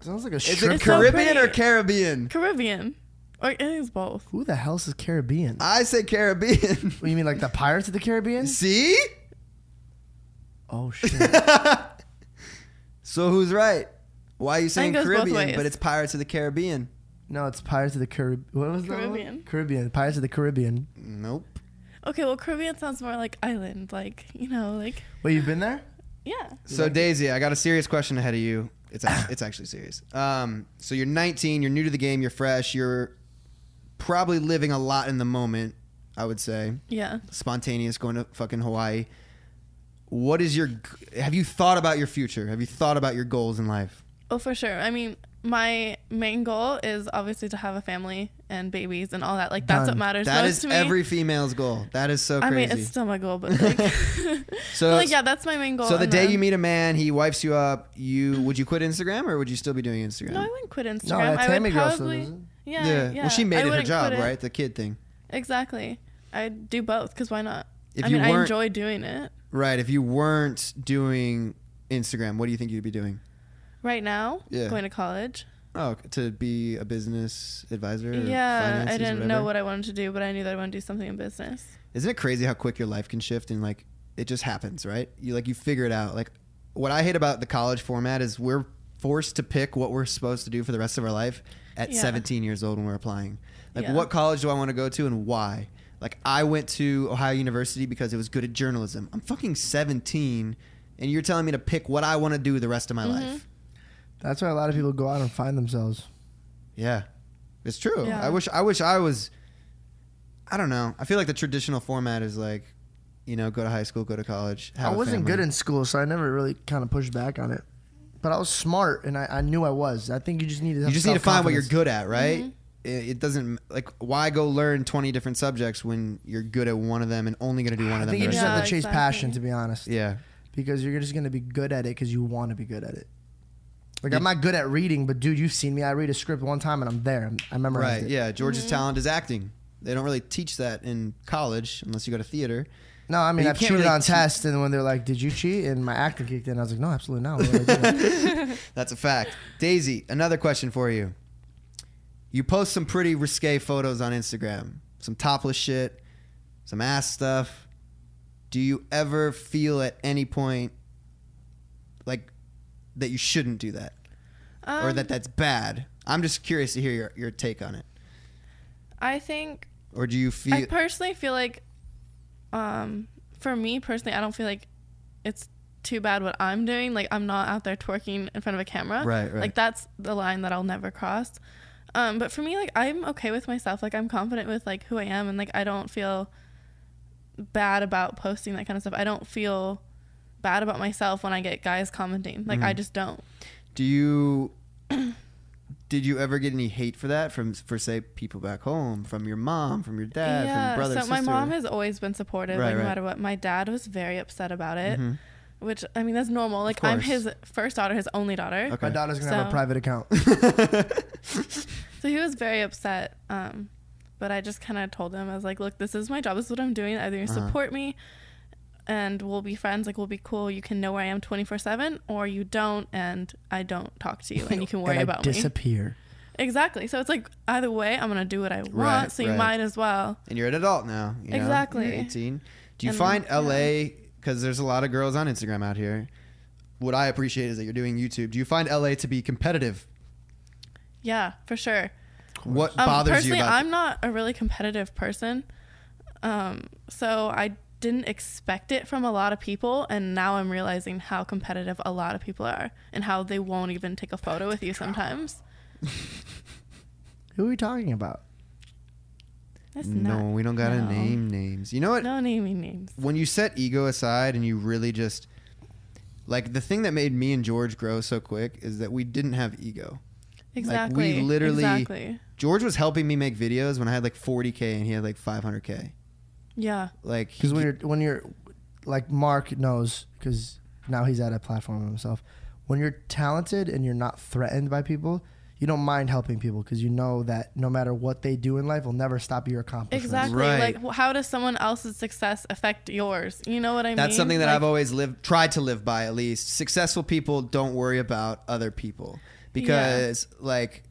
A: Sounds like a
B: Is
A: strip.
B: it
C: It's so
A: club.
B: Caribbean or
C: pretty.
B: Caribbean?
C: Caribbean, or I think it's both.
A: Who the hell is Caribbean?
B: I say Caribbean.
A: What, you mean like the Pirates of the Caribbean?
B: See?
A: Oh shit!
B: So who's right? Why are you saying
C: goes both
B: Caribbean,
C: ways.
B: but it's Pirates of the Caribbean?
A: no, it's Pirates of the Caribbean. What was that? one?
C: Caribbean.
A: Caribbean. Pirates of the Caribbean.
B: Nope.
C: Okay, well, Caribbean sounds more like island, like you know, like
A: Wait, you've been there?
C: yeah.
B: So Daisy, I got a serious question ahead of you. It's act- it's actually serious. Um, so you're 19, you're new to the game, you're fresh, you're probably living a lot in the moment. I would say
C: Yeah.
B: spontaneous, going to fucking Hawaii. What is your? g- Have you thought about your future? Have you thought about your goals in life?
C: Oh, for sure. I mean, my main goal is obviously to have a family and babies and all that. Like that's
A: Done.
C: what matters
B: that
C: most
B: is
C: to me.
B: every female's goal. That is so
C: I
B: crazy.
C: mean, it's still my goal, but like,
B: so
C: but, like yeah, that's my main goal.
B: So the
C: and
B: day
C: then-
B: you meet a man, he wipes you up. You would you quit Instagram or would you still be doing Instagram?
C: No, I wouldn't quit Instagram.
A: No, that
C: I
A: Tammy
C: would
A: girl still
C: probably.
A: does it.
C: yeah,
B: yeah.
C: yeah.
B: Well, she made
C: I
B: it her
C: wouldn't
B: job,
C: quit it.
B: right? The kid thing.
C: Exactly. I'd do both because why not?
B: If
C: I
B: you
C: mean, I
B: weren't-
C: enjoy doing it.
B: Right. If you weren't doing Instagram, what do you think you'd be doing?
C: Right now,
B: Yeah.
C: going to college.
B: Oh, to be a business advisor. or
C: yeah, I
B: finances,
C: didn't
B: whatever.
C: know what I wanted to do, but I knew that I wanted to do something in business.
B: Isn't it crazy how quick your life can shift and like it just happens, right? You like you figure it out. Like what I hate about the college format is we're forced to pick what we're supposed to do for the rest of our life at
C: Yeah.
B: 17 years old when we're applying. Like
C: Yeah.
B: what college do I want to go to and why? Like I went to Ohio University because it was good at journalism. I'm fucking 17 and you're telling me to pick what I want to do the rest of my
C: Mm-hmm.
B: life.
A: That's why a lot of people go out and find themselves.
B: Yeah, it's true.
C: Yeah.
B: I wish I wish I was. I don't know. I feel like the traditional format is like, you know, go to high school, go to college. Have
A: I
B: a
A: wasn't
B: family.
A: good in school, so I never really kind of pushed back on it. But I was smart, and I, I knew I was. I think you just need to. Have
B: You just need to find what you're
A: self-confidence.
B: good at, right? It, it doesn't like why go learn 20 different subjects when you're good at one of them and only going to do one
A: I
B: of them.
A: think you
B: the
A: just
B: rest
A: have
B: of
A: to
C: Yeah,
A: chase passion,
C: exactly.
A: to be honest.
B: the- yeah.
A: because you're just gonna be good at it because you want to be good at it. Like I'm not good at reading, but dude, you've seen me. I read a script one time and I'm there. I'm, I memorized it.
B: Right. Yeah. George's talent is acting. They don't really teach that in college unless you go to theater.
A: No, I mean
B: you
A: I've
B: can't
A: cheated
B: really
A: on
B: cheat.
A: tests, and when they're like, "Did you cheat?" and my acting kicked in, I was like, "No, absolutely not." What would I do?"
B: That's a fact. Daisy, another question for you. You post some pretty risque photos on Instagram, some topless shit, some ass stuff. Do you ever feel at any point like that you shouldn't do that or
C: Um,
B: that that's bad? I'm just curious to hear your, your take on it.
C: I think
B: Or do you
C: I
B: feel
C: personally feel like, um, for me personally, I don't feel like it's too bad what I'm doing. Like I'm not out there twerking in front of a camera.
B: Right, right.
C: Like that's the line that I'll never cross. Um, but for me, like I'm okay with myself. Like I'm confident with like who I am, and like I don't feel bad about posting that kind of stuff. I don't feel bad about myself when I get guys commenting. Like
B: Mm-hmm.
C: I just don't.
B: do you did you ever get any hate for that from for say people back home, from your mom, from your dad, from
C: yeah,
B: your brother,
C: so
B: sister?
C: my mom has always been supportive,
B: Right,
C: like,
B: right. Mm-hmm.
C: no matter what. My dad was very upset about it, which I mean that's normal. Like I'm
B: course.
C: his first daughter, his only daughter,
B: Okay.
A: My daughter's gonna have a
C: So-
A: private account.
C: so he was very upset. Um, but I just kind of told him I was like, look, this is my job. This is what I'm doing. Either you
B: Uh-huh.
C: support me, and we'll be friends. Like we'll be cool. You can know where I am 24 seven, or you don't, and I don't talk to you, and you can worry
A: and I
C: about me.
A: disappear.
C: Exactly. So it's like either way, I'm gonna do what I want.
B: Right,
C: so you
B: right.
C: might as well.
B: and you're an adult now. you know, you're
C: Exactly.
B: 18. Do you
C: And,
B: find
C: yeah.
B: LA because there's a lot of girls on Instagram out here? What I appreciate is that you're doing YouTube. Do you find LA to be competitive?
C: Yeah, for sure.
B: What
C: Um,
B: bothers you
C: personally,
B: about
C: I'm not a really competitive person, um, so I didn't expect it from a lot of people, and now I'm realizing how competitive a lot of people are, and how they won't even take a photo with you sometimes.
A: Who are we talking about?
C: That's
B: No,
C: not-
B: we don't gotta
C: no.
B: name names. You know what?
C: No naming names.
B: when you set ego aside and you really just like the thing that made me and George grow so quick is that we didn't have ego.
C: Exactly.
B: literally-
C: Exactly.
B: George was helping me make videos when I had like 40k and he had like 500k.
C: Yeah.
B: Like he-
A: Because when you're when you're like Mark knows because now he's at a platform himself. When you're talented and you're not threatened by people, you don't mind helping people because you know that no matter what they do in life, will never stop your accomplishments.
C: Exactly.
B: Right.
C: Like, wh- how does someone else's success affect yours? You know what I mean?
B: that's something that
C: Like,
B: I've always lived tried to live by at least. Successful people don't worry about other people because like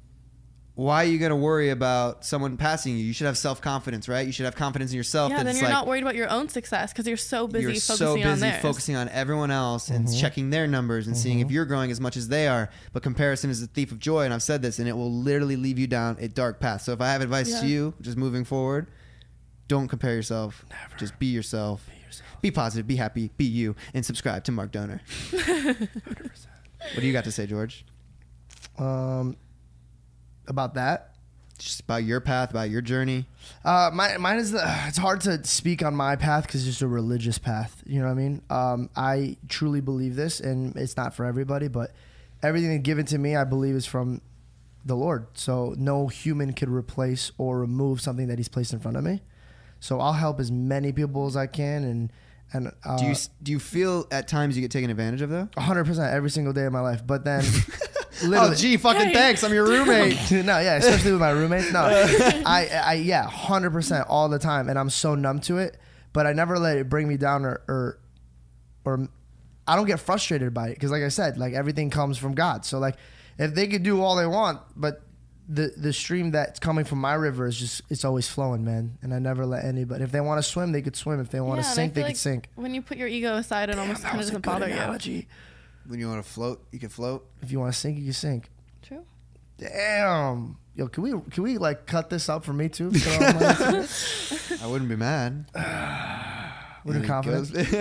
B: why are you going to worry about someone passing you? You should have self-confidence, right? You should have confidence in yourself
C: Yeah,
B: that
C: then
B: it's
C: you're
B: like
C: not worried about your own success because you're so busy
B: you're
C: focusing
B: so
C: on
B: busy
C: theirs.
B: focusing on everyone else and checking their numbers and seeing if you're growing as much as they are. But comparison is the thief of joy, and I've said this, and it will literally leave you down a dark path. So if I have advice
C: Yeah.
B: to you, just moving forward, don't compare yourself. Never. Just be yourself. Be yourself. Be positive. Be happy. Be you. And subscribe to Mark Donor. What do you got to say, George?
A: Um, about that.
B: Just about your path, about your journey.
A: Uh, my, mine is the. It's hard to speak on my path because it's just a religious path. You know what I mean? Um, I truly believe this, and it's not for everybody, but everything that's given to me, I believe, is from the Lord. So no human could replace or remove something that He's placed in front of me. So I'll help as many people as I can, and and uh,
B: Do you do you feel at times you get taken advantage of though?
A: 100% every single day of my life. But then,
B: Oh,
A: literally,
B: gee, fucking
C: Hey.
B: thanks. I'm your roommate.
A: no, yeah, especially with my roommates. No, I, I, yeah, hundred percent all the time, and I'm so numb to it. But I never let it bring me down, or, or, or I don't get frustrated by it because, like I said, like everything comes from God. So like, if they could do all they want, but the the stream that's coming from my river is just it's always flowing, man. And I never let anybody. If they want to swim, they could swim. If they want
C: Yeah,
A: to
C: and I
A: sink, they
C: feel
A: could
C: like
A: sink.
C: When you put your ego aside, it almost kind of doesn't bother
A: analogy.
B: when you want to float, you can float.
A: If you want to sink, you can sink.
C: you. True.
A: Damn. Yo, can we can we like cut this up for me too? Put it on my-
B: I wouldn't be mad.
A: With
B: And
A: your
B: it
A: confidence.
B: goes-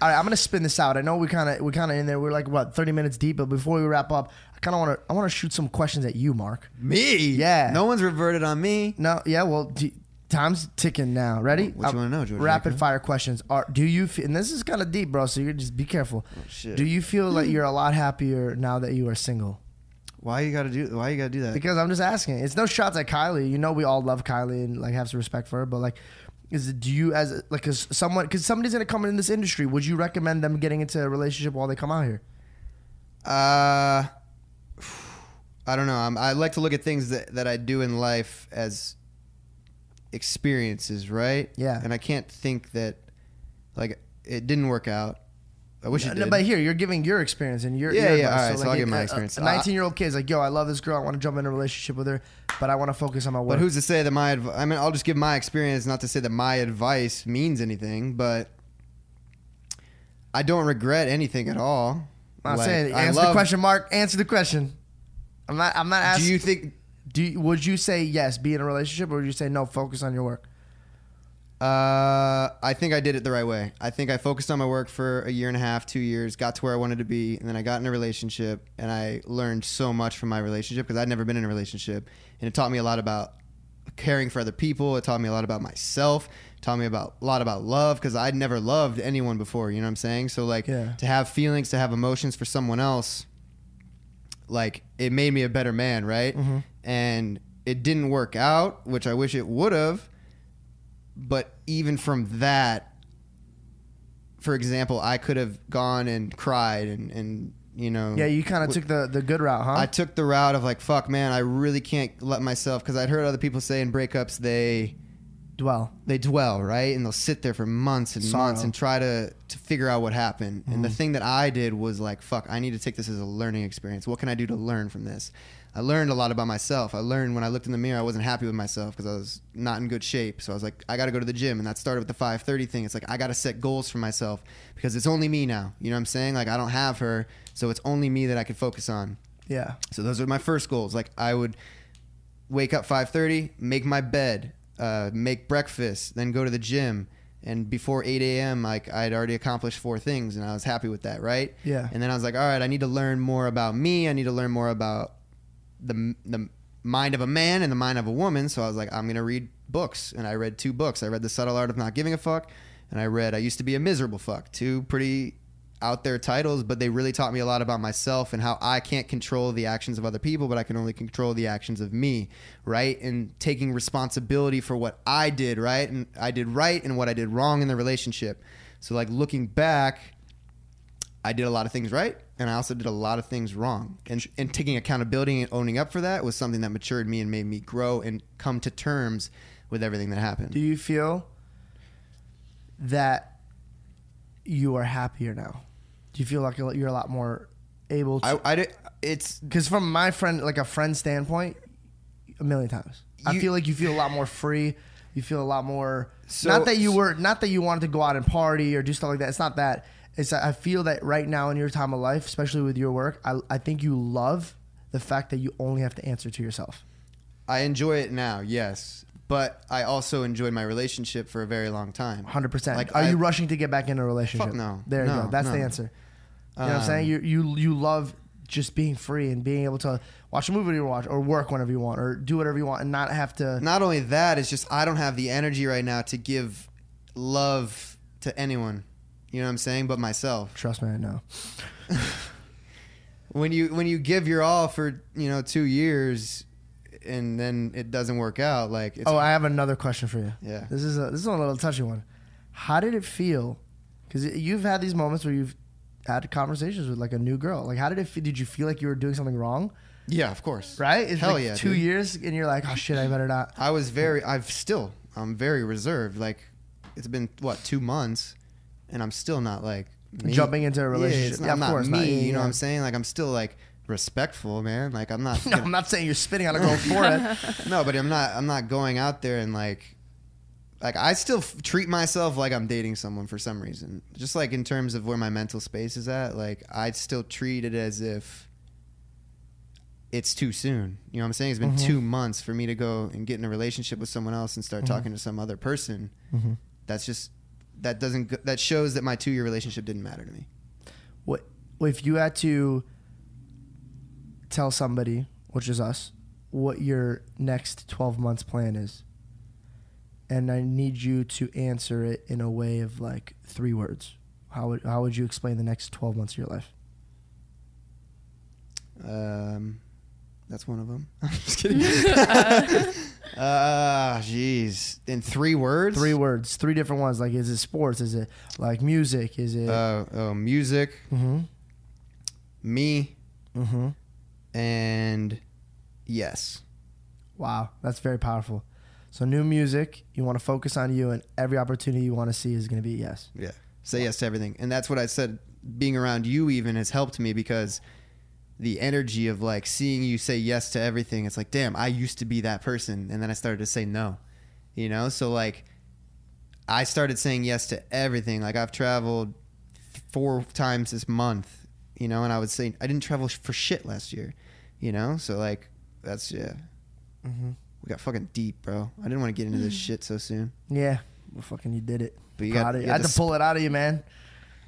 A: All right, I'm gonna spin this out. I know we kind of we kind of in there. We're like what 30 minutes deep, but before we wrap up, I kind of want to I want to shoot some questions at you, Mark.
B: me?
A: Yeah.
B: No one's reverted on me.
A: No, yeah, well, d time's ticking now. Ready?
B: What you wanna know, George
A: Rapid
B: Michael?
A: fire questions. Are do you? Fe- and this is kind of deep, bro. So you just be careful.
B: Oh, shit. Hmm.
A: Do you feel like you're a lot happier now that you are single?
B: Why you gotta do? Why you gotta do that?
A: Because I'm just asking. It's no shots at Kylie. You know, we all love Kylie and like have some respect for her, but like. Is it, do you as like as someone because somebody's gonna come in this industry? Would you recommend them getting into a relationship while they come out here?
B: Uh, I don't know. I'm, I like to look at things that, that I do in life as experiences, right?
A: Yeah.
B: And I can't think that, like, it didn't work out. I wish it
A: No,
B: did.
A: but here you're giving your experience and your your
B: Yeah, yeah,
A: advice.
B: all right, so I'll give my experience. Uh,
A: A nineteen year old kid's like, yo, I love this girl. I want to jump in a relationship with her. but I want to focus on my work.
B: But who's to say that my adv- I mean, I'll just give my experience, not to say that my advice means anything, but I don't regret anything at all.
A: I'm not
B: Like,
A: saying.
B: I
A: Answer the
B: love-
A: question, Mark. Answer the question. I'm not. I'm not asking.
B: Do you think?
A: Do you, would you say yes, be in a relationship, or would you say no, focus on your work?
B: Uh, I think I did it the right way. I think I focused on my work for a year and a half, two years, got to where I wanted to be, and then I got in a relationship, and I learned so much from my relationship because I'd never been in a relationship, and it taught me a lot about caring for other people. It taught me a lot about myself. It taught me about a lot about love because I'd never loved anyone before. You know what I'm saying? So like,
A: Yeah.
B: to have feelings, to have emotions for someone else, like it made me a better man, right? And it didn't work out, which I wish it would have. But even from that, for example, I could have gone and cried and, and you know,
A: Yeah, you kind of took the the good route, huh?
B: Mm. I took the route of like, fuck, man, I really can't let myself because I'd heard other people say in breakups they
A: Dwell.
B: they dwell right and they'll sit there for months and
A: Sorrow.
B: months and try to to figure out what happened and the thing that i did was like fuck i need to take this as a learning experience what can i do to learn from this i learned a lot about myself i learned when i looked in the mirror i wasn't happy with myself because i was not in good shape so i was like i gotta go to the gym and that started with the 530 thing it's like i gotta set goals for myself because it's only me now you know what i'm saying like i don't have her so it's only me that i can focus on
A: Yeah.
B: so those are my first goals. Like I would wake up 5:30, make my bed, uh, make breakfast, then go to the gym. And before 8 a.m., like I'd already accomplished four things, and I was happy with that, right?
A: Yeah.
B: And then I was like, all right, I need to learn more about me. I need to learn more about the the mind of a man and the mind of a woman. So I was like, I'm gonna read books, and I read two books. I read The Subtle Art of Not Giving a Fuck, and I read I Used to Be a Miserable Fuck. Two pretty out there titles, but they really taught me a lot about myself and how I can't control the actions of other people, but I can only control the actions of me, right? And taking responsibility for what I did, right? And I did right and what I did wrong in the relationship. So like looking back, I did a lot of things right, and I also did a lot of things wrong. And and taking accountability and owning up for that was something that matured me and made me grow and come to terms with everything that happened.
A: Do you feel that you are happier now? Do you feel like you're you're a lot more able to?
B: I, I did, it's
A: Because from my friend, like a friend standpoint, a million times, I
B: You-
A: feel like you feel a lot more free. You feel a lot more.
B: So-
A: not that you were, not that you wanted to go out and party or do stuff like that. It's not that. It's that I feel that right now in your time of life, especially with your work, I, I think you love the fact that you only have to answer to yourself.
B: I enjoy it now, yes, but I also enjoyed my relationship for a very long time.
A: 100%.
B: Like,
A: Like, are
B: I-
A: you rushing to get back in a relationship?
B: Fuck no.
A: There you
B: No,
A: go. That's the
B: no. Um,
A: answer. You know what I'm saying? You, you, you love just being free and being able to watch a movie you watch or work whenever you want or do whatever you want and not have to.
B: Not only that, it's just I don't have the energy right now to give love to anyone. You know what I'm saying? But myself.
A: Trust me, I know.
B: when you when you give your all for you know two years and then it doesn't work out like it's
A: Oh, I have another question for you.
B: Yeah.
A: This is a this is a little touchy one. How did it feel? Because you've had these moments where you've had conversations with like a new girl. Like, how did it? Feel, did you feel like you were doing something wrong?
B: yeah of course
A: Right? It's
B: Hell
A: like
B: yeah,
A: Two
B: dude.
A: years, and you're like, oh shit, I better not.
B: i was very i've still i'm very reserved like it's been what two months and i'm still not like me.
A: Jumping into a
B: Yeah, it's
A: relationship.
B: not-
A: Yeah,
B: i'm
A: of
B: not
A: course
B: me
A: not. Yeah, yeah,
B: you know
A: yeah.
B: what i'm saying like i'm still like respectful man like i'm not
A: No, I'm not saying you're spitting on a girl for it.
B: no but i'm not i'm not going out there and like like i still f- treat myself like i'm dating someone for some reason just like in terms of where my mental space is at like i still treat it as if it's too soon you know what i'm saying it's been two months for me to go and get in a relationship with someone else and start talking to some other person that's just that doesn't go, that shows that my two year relationship didn't matter to me
A: What if you had to tell somebody, which is us, what your next 12 months plan is? And I need you to answer it in a way of like three words. How would how would you explain the next 12 months of your life?
B: Um, that's one of them. I'm just kidding. Ah, jeez. In three words.
A: Three words, three different ones. Like, is it sports? Is it like music? Is it?
B: Uh, oh, music,
A: mm-hmm.
B: me,
A: Mm-hmm.
B: and yes.
A: Wow, that's very powerful. So, new music. You want to focus on you, and every opportunity you want to see is going to be a yes.
B: Yeah. Say yes to everything, and that's what I said. Being around you even has helped me because the energy of like seeing you say yes to everything. It's like, damn, I used to be that person, and then I started to say no. You know, so like, I started saying yes to everything. Like I've traveled four times this month. You know, and I would say I didn't travel for shit last year. You know, so like that's yeah. We got fucking deep, bro. I didn't want to get into this shit so soon.
A: Yeah, well, fucking, you did it.
B: But you
A: Proud
B: got-
A: of you.
B: you
A: I
B: had
A: had
B: to
A: to pull it out of you, man.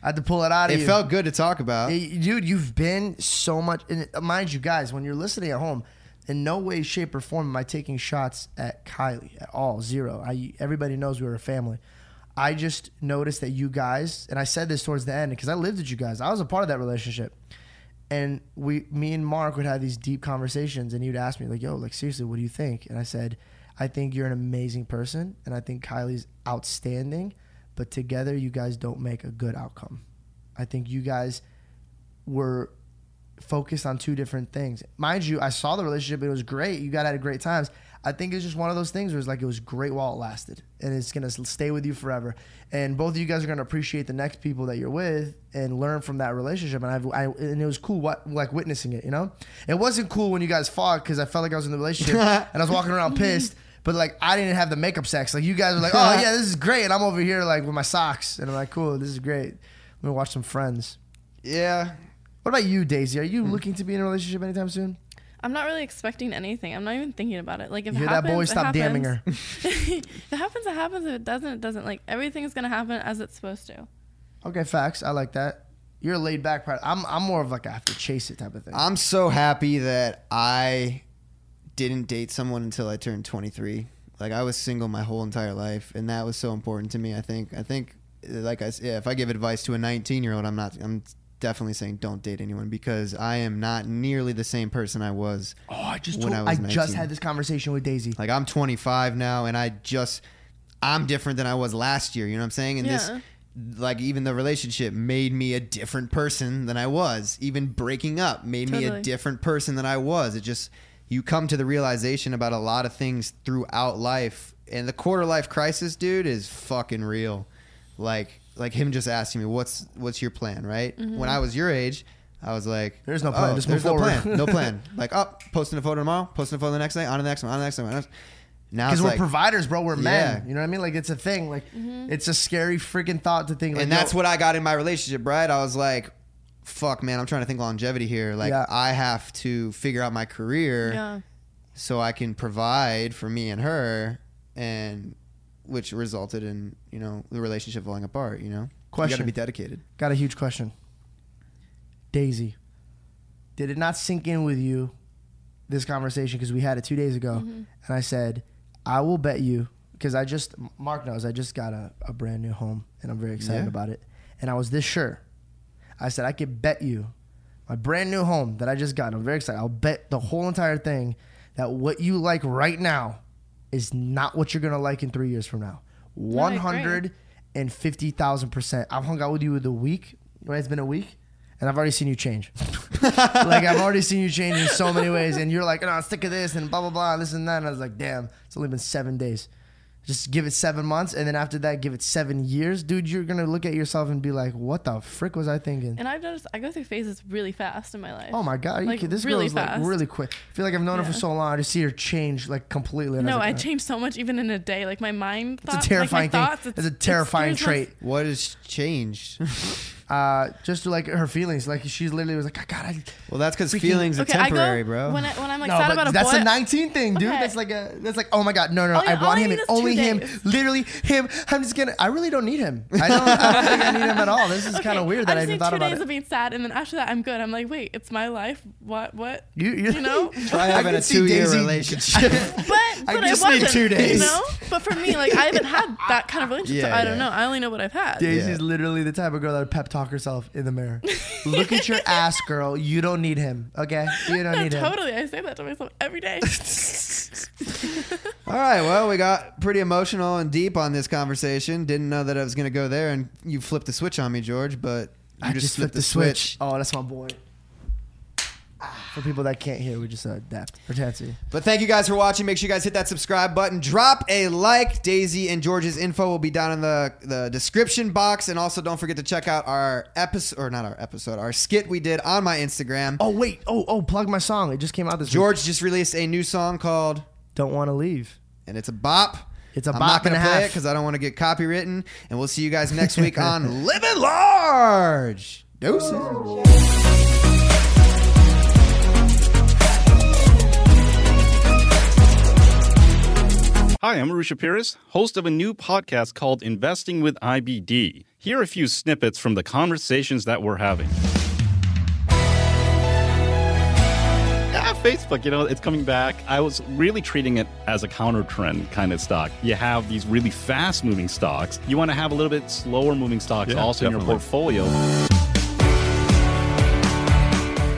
A: I had to pull it out of
B: It
A: you.
B: felt good to talk about.
A: Y- dude you've been so much and uh, mind you guys when you're listening at home in no way shape or form am i taking shots at kylie at all zero i everybody knows we were a family i just noticed that you guys and i said this towards the end because i lived with you guys i was a part of that relationship and we me and mark would have these deep conversations and he would ask me like yo like seriously what do you think and i said i think you're an amazing person and i think kylie's outstanding but together you guys don't make a good outcome i think you guys were focused on two different things. Mind you, I saw the relationship. It was great. You got out of great times. I think it's just one of those things where it's like it was great while it lasted, and it's gonna s- stay with you forever. And both of you guys are gonna appreciate the next people that you're with and learn from that relationship. And I've I, and it was cool, what like witnessing it. You know, it wasn't cool when you guys fought because I felt like I was in the relationship and I was walking around pissed. But like I didn't have the makeup sex. Like you guys were like, oh yeah, this is great, and I'm over here like with my socks, and I'm like, cool, this is great. I'm gonna watch some Friends.
B: yeah.
A: What about you, Daisy? Are you looking to be in a relationship anytime soon?
C: I'm not really expecting anything. I'm not even thinking about it. Like if
A: You hear
C: it
A: that,
C: happens,
A: boy?
C: it
A: Stop damning her.
C: happens. if it happens, it happens. If it doesn't, it doesn't. Like everything's gonna happen as it's supposed to.
A: Okay, facts. I like that. You're a laid back part. I'm I'm more of like I have to chase it type of thing.
B: I'm so happy that I didn't date someone until I turned 23. Like I was single my whole entire life, and that was so important to me. I think. I think, uh, like I, s- yeah, if I give advice to a 19 year old, I'm not. I'm definitely saying don't date anyone because I am not nearly the same person I was.
A: oh, I just
B: when
A: told,
B: I
A: I,
B: was
A: just
B: 19.
A: had this conversation with Daisy.
B: Like I'm 25 now, and I just I'm different than I was last year. You know what I'm saying? And
C: Yeah.
B: this, like, even the relationship made me a different person than I was. Even breaking up made me a
C: Totally.
B: different person than I was. It just you come to the realization about a lot of things throughout life, and the quarter life crisis, dude, is fucking real. Like like him just asking me what's what's your plan, right?
C: Mm-hmm.
B: When I was your age. I was like,
A: There's no plan, just move
B: Oh, there's no
A: forward."
B: plan. No plan. like, oh, posting a photo tomorrow, posting a photo the next day, on to the next one, on to the next one. on to the next- Now
A: Because
B: it's
A: we're
B: like,
A: providers, bro. We're men.
B: Yeah.
A: You know what I mean? Like it's a thing. Like it's a scary freaking thought to think. Like,
B: and that's what I got in my relationship, right? I was like, fuck, man, I'm trying to think longevity here. Like,
A: Yeah.
B: I have to figure out my career
C: Yeah.
B: so I can provide for me and her, and which resulted in, you know, the relationship falling apart, you know? You gotta
A: Question.
B: be dedicated.
A: got a huge question. Daisy, did it not sink in with you this conversation because we had it two days ago, and I said, I will bet you because I just Mark knows I just got a, a brand new home and I'm very excited
B: Yeah.
A: about it, and I was this sure. I said I could bet you my brand new home that I just got. and I'm very excited. I'll bet the whole entire thing that what you like right now is not what you're gonna like in three years from now.
C: I
A: One
C: agree.
A: hundred and fifty thousand percent. I've hung out with you with a week. Right, it's been a week, and I've already seen you change. like I've already seen you change in so many ways, and you're like, "No, I'm sick of this," and blah blah blah, this and that. And I was like, "Damn, it's only been seven days. Just give it seven months, and then after that, give it seven years, dude. You're gonna look at yourself and be like, "What the frick was I thinking?"
C: And I've noticed I go through phases really fast in my life.
A: Oh my god, are you
C: Like,
A: kidding? this
C: really
A: girl's like
C: fast.
A: really quick. I feel like I've known her
C: Yeah.
A: for so long. I just see her change like completely. And
C: No,
A: was
C: I
A: like, "Oh."
C: change so much even in a day. Like my mind.
A: It's
C: thoughts,
A: a terrifying
C: like my Thoughts,
A: thing. It's, a terrifying
C: it scares my-
A: trait.
B: What has changed?
A: Uh, just like her feelings, like she literally was like, "I got it."
B: well, that's because
A: Freaking-
B: feelings are
C: Okay,
B: temporary,
C: I go,
B: bro.
C: When, I, when I'm like
A: No,
C: sad
A: but
C: about a
A: that's
C: boy,
A: a 19 thing, dude.
C: Okay.
A: That's like a that's like, oh my god, no, no, no.
C: Oh, yeah,
A: I want
C: all I
A: him
C: need
A: and
C: is two
A: only him.
C: days.
A: Literally him. I'm just gonna. I really don't need him. I don't, I don't think I need him at all. This is kind of
C: okay,
A: weird that I,
C: I just
A: even
C: need
A: thought
C: two
A: about
C: days
A: it.
C: of being sad, and then after that, I'm good. I'm like, wait, it's my life. What? What?
A: you, you,
C: you know?
B: Try having
A: I
B: a
A: could see
B: two year
A: Daisy-
B: relationship.
C: But but I
B: just need
C: wasn't,
B: two days.
C: You know? But for me, like I haven't had that kind of relationship.
B: Yeah,
C: so I don't
B: yeah.
C: know. I only know what I've had.
A: Daisy's
B: Yeah.
A: literally the type of girl that would pep talk herself in the mirror. Look at your ass, girl. You don't need him. Okay, you don't
C: No,
A: need him.
C: totally. I say that to myself every day.
B: All right, well, we got pretty emotional and deep on this conversation. Didn't know that I was going to go there, and you flipped the switch on me, George, but you
A: I just flipped the switch. Oh, that's my boy. For people that can't hear, we just said that. Pretensity.
B: But thank you guys for watching. Make sure you guys hit that subscribe button. Drop a like. Daisy and George's info will be down in the, the description box. And also, don't forget to check out our episode, or not our episode, our skit we did on my Instagram.
A: Oh wait. Oh oh. Plug my song. It just came out this week.
B: George just released a new song called,
A: Don't want to leave.
B: and it's a bop.
A: It's a
B: I'm
A: bop
B: not gonna
A: and a
B: play
A: half.
B: because I don't want to get copywritten. And we'll see you guys next week on Living Large. Deuces.
D: Hi, I'm Arusha Pires, host of a new podcast called Investing with IBD. Here are a few snippets from the conversations that we're having. Yeah, Ah, Facebook, you know, it's coming back. I was really treating it as a counter trend kind of stock. You have these really fast moving stocks. You want to have a little bit slower moving stocks
E: Yeah,
D: also in your
E: definitely.
D: portfolio.